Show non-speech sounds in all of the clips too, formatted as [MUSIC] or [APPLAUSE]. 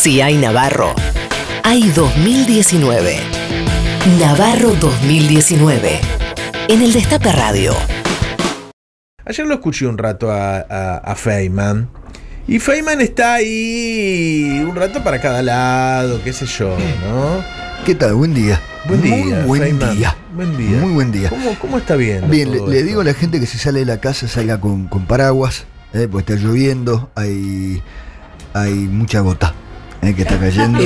CI Navarro. Hay 2019. Navarro 2019. En el Destape Radio. Ayer lo escuché un rato a, a, a Feynman. Y Feynman está ahí un rato para cada lado, qué sé yo, ¿no? ¿Qué tal? Buen día. Buen día. Muy buen Feynman. día. Buen día. Muy buen día. ¿Cómo, cómo está viendo? Bien, le, todo le esto? digo a la gente que si sale de la casa salga con, con paraguas, eh, porque está lloviendo, hay, hay mucha gota eh, que está cayendo.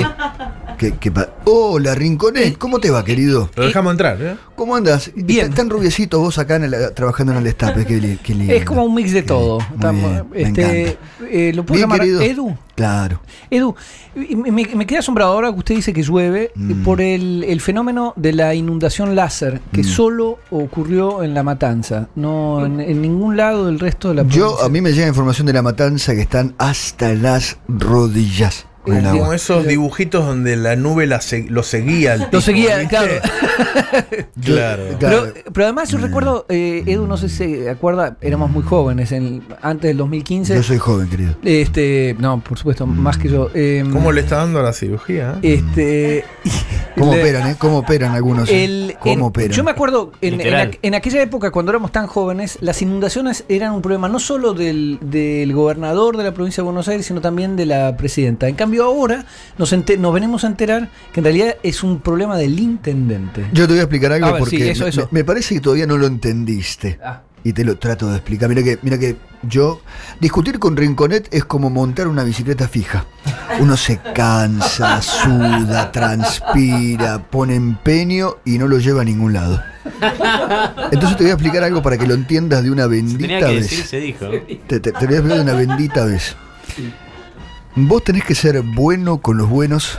que, que pa- Hola, Rinconet, ¿cómo te va, querido? Lo dejamos entrar, ¿eh? ¿Cómo andas? Bien. Tan rubiecito vos acá en el- trabajando en el destape, qué, li- qué lindo. Es como un mix de Qué todo. lindo. Muy Estamos- bien, me este, encanta. eh, ¿Lo puedo Bien, llamar querido. Edu? Claro. Edu, y me, me queda asombrado ahora que usted dice que llueve eh, Mm. por el, el fenómeno de la inundación láser que Mm. solo ocurrió en La Matanza, no en, en ningún lado del resto de la provincia. Yo, a mí me llega información de la matanza que están hasta las rodillas con el Como agua. esos dibujitos donde la nube la se- lo seguía al tipo, seguía, ¿viste? claro. Yo- Claro. Pero, pero además yo Mm. recuerdo, eh, Edu, no sé si se acuerda, éramos muy jóvenes, en- antes del 2015. Yo soy joven, querido. Este, no, por supuesto, más que yo. eh, ¿Cómo le está dando a la cirugía? eh? Este, ¿Cómo le- operan, eh? ¿Cómo operan algunos? eh? El- en- ¿Cómo operan? Yo me acuerdo, en, en, Literal. aqu- en aquella época, cuando éramos tan jóvenes, las inundaciones eran un problema no solo del, del gobernador de la provincia de Buenos Aires, sino también de la presidenta. En cambio, ahora nos, ente- nos venimos a enterar que en realidad es un problema del intendente. Yo te voy a explicar algo A ver, porque sí, eso, me- eso. Me, parece que todavía no lo entendiste. Ah, Y te lo trato de explicar. Mira que, mira que yo. Discutir con Rinconet es como montar una bicicleta fija. Uno se cansa, suda, transpira, pone empeño y no lo lleva a ningún lado. Entonces te voy a explicar algo para que lo entiendas de una Se tenía bendita que vez. decir, se dijo. Te, te- te voy a explicar de una bendita vez. Vos tenés que ser bueno con los buenos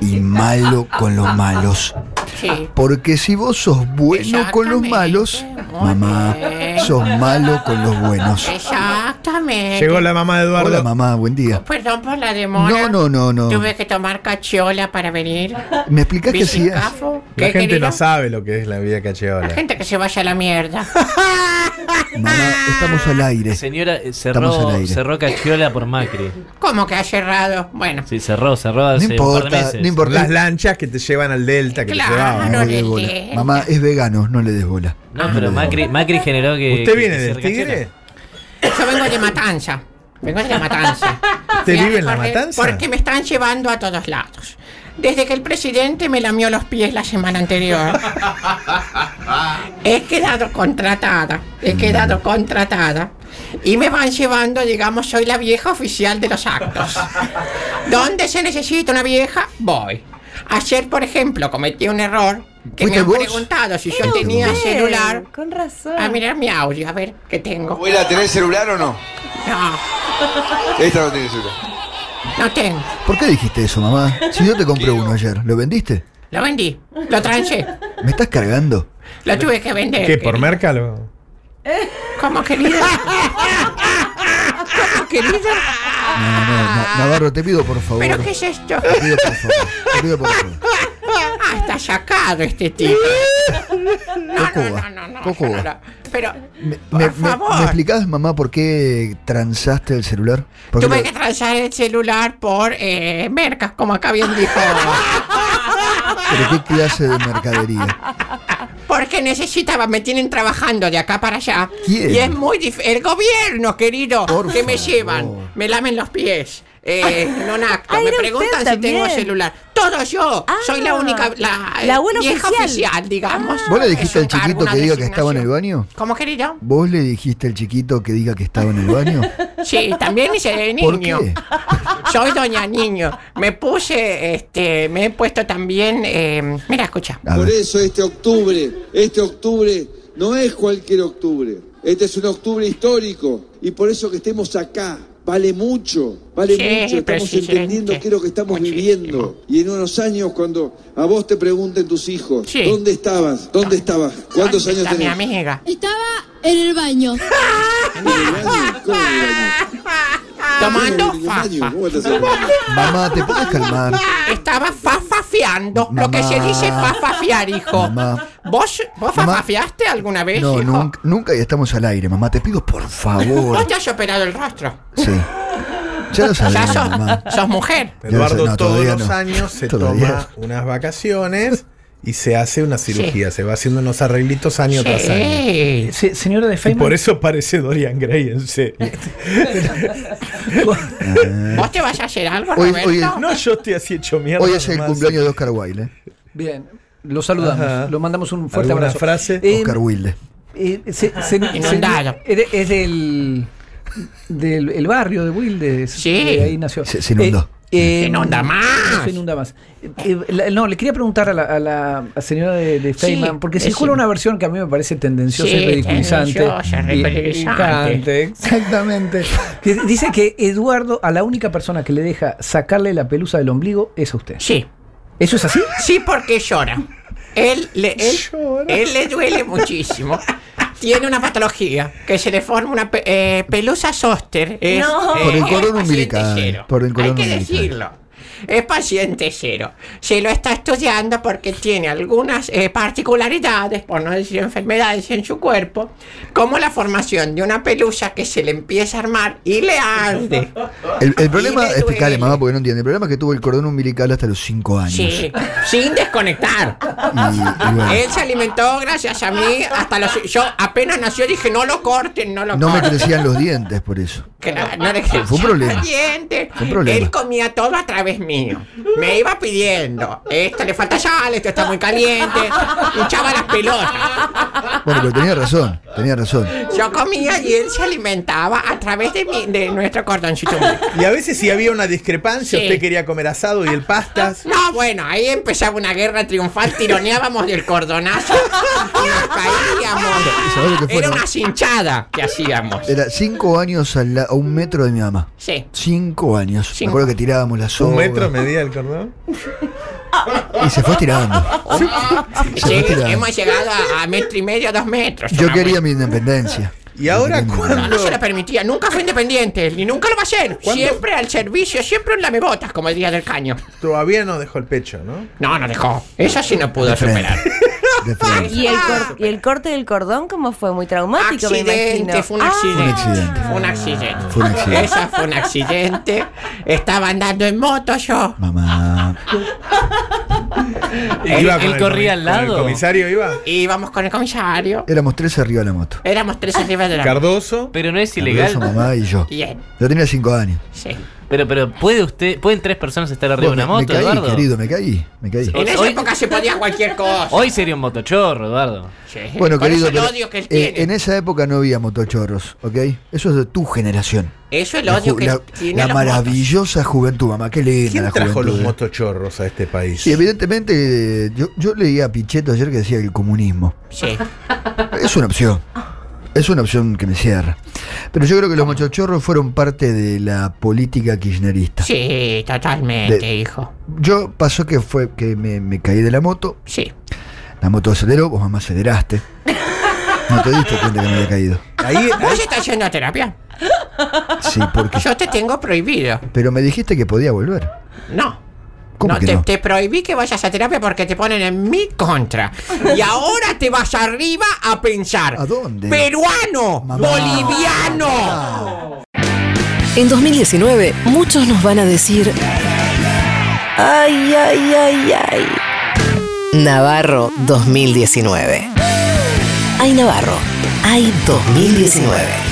y malo con los malos. Sí. Porque si vos sos bueno con los malos, mamá, sos malo con los buenos. Exactamente. Ah. Llegó la mamá de Eduardo. Hola mamá, buen día. Perdón por la demora. No, no, no, no. Tuve que tomar cachiola para venir. ¿Me explicás qué Bici hacías? cafo. la ¿Qué, gente querido? no sabe lo que es la vida La cacheola. gente que se vaya a la mierda. Mamá, estamos al aire. Señora, eh, Estamos al cerró, aire. cerró Cachiola por Macri. ¿Cómo que ha cerrado? Bueno, Sí, cerró, cerró No hace un par de importa, meses. no Las importa. lanchas que te llevan al delta, que Claro. te No llevaban. le des no bola. entiendo. Mamá es vegano, no le des bola. No, pero Macri, Macri generó que. ¿Usted que- viene que del ser Cachiola. Tigre? yo vengo de Matanza. Vengo de [LAUGHS] la Matanza. ¿Usted Fui a vive en La recorrer- Matanza? Porque me están llevando a todos lados. Desde que el presidente me lamió los pies la [LAUGHS] semana anterior. He quedado contratada. He Mm. quedado contratada. Y me van llevando, digamos, soy la vieja oficial de los actos. [LAUGHS] Donde se necesita una vieja, voy. Ayer, por ejemplo, cometí un error que me ¿Fuiste han vos? preguntado si yo Era tenía usted, celular. Con razón. A mirar mi audio, a ver qué tengo. Abuela, ¿tenés celular o no? No, Esta no tiene celular. no tengo. ¿Por qué dijiste eso, mamá? Si yo te compré uno ayer, ¿lo vendiste? Lo vendí, lo trancé, ¿Me estás cargando? lo tuve que vender. ¿Qué? ¿Por querido. Mercalo? ¿Cómo querido? ¿Cómo querido? No, no, no, Navarro, te pido por favor. Ah. ¿Pero qué es esto? Te pido por favor. Te pido por favor. Ah, está sacado este tipo. No, no, Cocoba, no, no, no, Cocoba. no, no. Pero, Me, [LAUGHS] por me- me- ¿me favor, explicás, mamá, por qué transaste el celular? ¿Por qué tuve lo- que transar el celular por eh, mercas, como acá bien dijo. ¿Pero qué clase de mercadería? Porque necesitaba, me tienen trabajando de acá para allá. ¿Quién? Y es muy difícil. El gobierno, querido, Por que me favor. llevan, me lamen los pies. Eh, no acto, Ah, me era preguntan si usted tengo también. celular. Todo yo, Ah, soy la única, la, eh, la abuela vieja oficial. oficial, digamos. ¿Vos le Es dijiste un al chiquito cargo, una que diga que estaba en el designación. baño? ¿Cómo, querido? ¿Vos le dijiste al chiquito que diga que estaba en el baño? Sí, también hice de ¿Por niño. qué? Soy doña niño. Me puse, este, me he puesto también, eh, mira, escucha. A Por ver, eso este octubre, este octubre no es cualquier octubre. Este es un octubre histórico y por eso que estemos acá vale mucho, vale Sí, mucho. Estamos presidente. entendiendo qué es lo que estamos Muchísimo. viviendo. Y en unos años cuando a vos te pregunten tus hijos, Sí. ¿dónde estabas? ¿Dónde estabas? ¿Cuántos ¿Dónde años está tenías? mi amiga? Estaba en el baño. ¿En el baño? ¿Cómo en el baño? Tomando ¿En Ah, el baño? fafa. ¿Cómo estás en el baño? mamá, ¿te puedes calmar? Estaba fafafiando, Mamá. lo que se dice fafafiar, hijo. Mamá. ¿Vos, vos Mamá. fafafiaste alguna vez, No, hijo? nunca, nunca y estamos al aire, mamá. Te pido por favor. Vos te has operado el rostro. Sí. Ya lo Ya sabemos, mamá. sos, sos mujer. Eduardo todos No, todavía los no. años se Todavía toma unas vacaciones y se hace una cirugía, se va haciendo unos arreglitos año tras año. Sí. Se- señora de Y Feynman. por eso parece Dorian Gray en serio. ¿Vos te vas a hacer algo, Hoy- Roberto? hoy- No, yo estoy así hecho mierda. Hoy es el nomás. cumpleaños de Oscar Wilde. ¿eh? Bien. Lo saludamos, Ajá. lo mandamos un fuerte ¿Alguna abrazo. frase? Eh, Oscar Wilde. eh, se- se- Inundado. se- es de- es del, del el barrio de Wilde. es- Sí. eh, ahí nació. Se- se inundó. Eh, eh, Se inunda más. se inunda más. Eh, eh, la- no, le quería preguntar a la, a la- a señora de, de Sí, Feynman, porque se es jura un- una versión que a mí me parece tendenciosa y Sí, ridiculizante. tendenciosa, Y- ridiculizante. picante, Exactamente. Que dice que Eduardo, a la única persona que le deja sacarle la pelusa del ombligo es a usted. Sí. ¿Eso es así? Sí, porque llora. Él le, él, él le duele muchísimo. Tiene una patología que se le forma una pe- eh, pelusa zóster. Es, eh, Por el colon es paciente umbilical, cero. por el colon Hay que umbilical. decirlo. Es paciente cero. Se lo está estudiando porque tiene algunas eh, particularidades, por no decir enfermedades en su cuerpo, como la formación de una pelusa que se le empieza a armar y le arde. El, el problema, Y le duele. explícale mamá porque no entiende. El problema es que tuvo el cordón umbilical hasta los 5 años. [LAUGHS] Sí, sin desconectar. Y, y bueno, Él se alimentó gracias a mí hasta los... Yo apenas nació dije, no lo corten, no lo no me [LAUGHS] corten. crecían los dientes por eso. Claro, no le crecían Fue un problema. los dientes. Fue un problema. Él comía todo a través mío. Me iba pidiendo, esto le falta sal, esto está muy caliente. Hinchaba las pelotas. Bueno, pero tenía razón, tenía razón. Yo comía y él se alimentaba a través de, mi- de nuestro cordoncito. umbilical. Y a veces si había una discrepancia, Sí. Ah, usted quería comer asado y el pastas. No, bueno, ahí empezaba una guerra triunfal, tironeábamos del cordonazo y nos ¿Sabés lo caíamos. que fue, Era no? una cinchada que hacíamos. Era 5 años al la- a un metro de mi mamá. Sí. 5 años. Me Cinco. acuerdo que tirábamos la soga. Un metro medía el cordón. Y se fue estirando. Se Sí, fue estirando. hemos llegado a, a metro y medio, dos metros. Yo Una quería mi independencia. Y ahora buena- cuando... No se lo permitía, nunca fue independiente, ni nunca lo va a ser. Siempre al servicio, siempre un lamebotas, como el día del caño. Todavía no dejó el pecho, ¿no? No, no dejó. Eso sí no pudo De frente. superar. De frente. ¿Y el, cor- y el corte del cordón, como fue muy traumático, me Accidente, imagino. fue un Ah, accidente. accidente. Fue un accidente. Fue un accidente. Esa fue un accidente. Estaba andando en moto yo. Mamá. Él- Iba con él el corría comi- al con lado. El comisario iba. Íbamos con el comisario. Éramos tres arriba de la moto. Éramos tres arriba de la Cardoso. Pero no es Cardoso, ilegal. mamá y yo. Bien, Yo tenía 5 años. sí. Pero, pero puede usted, pueden tres personas estar arriba Vos, de me, una me moto, caí, Eduardo. querido, me caí. Me caí. En esa Hoy- época se podía cualquier cosa. Hoy sería un motochorro, Eduardo. Sí. Bueno, Por querido, eso el pero, odio que él eh, tiene. en esa época no había motochorros, ¿ok? Eso es de tu generación. Eso es el La odio ju- que la, tiene la los motos. maravillosa juventud, mamá. Qué linda ¿Quién la trajo juventud. los eh. motochorros a este país? Sí, evidentemente, eh, yo, yo leía a Pichetto ayer que decía que el [LAUGHS] comunismo Sí. es una opción. Es una opción que me cierra. Pero yo creo que los motochorros fueron parte de la política kirchnerista. Sí, totalmente, De- hijo. Yo pasó que fue que me, me caí de la moto, Sí. la moto aceleró, vos mamá [LAUGHS] aceleraste. No te diste cuenta que me había caído. Ahí, ¿Vos estás yendo a terapia? Sí, porque. Yo te tengo prohibido. Pero me dijiste que podía volver. No. ¿Cómo no, que te, no? te prohibí que vayas a terapia porque te ponen en mi contra. Y ahora te vas arriba a pensar. ¿A dónde? Peruano, Mamá. Ah. boliviano. En 2019, muchos nos van a decir. Ay, ay, ay, ay. Navarro 2019. Ay, Navarro. Ay, 2019.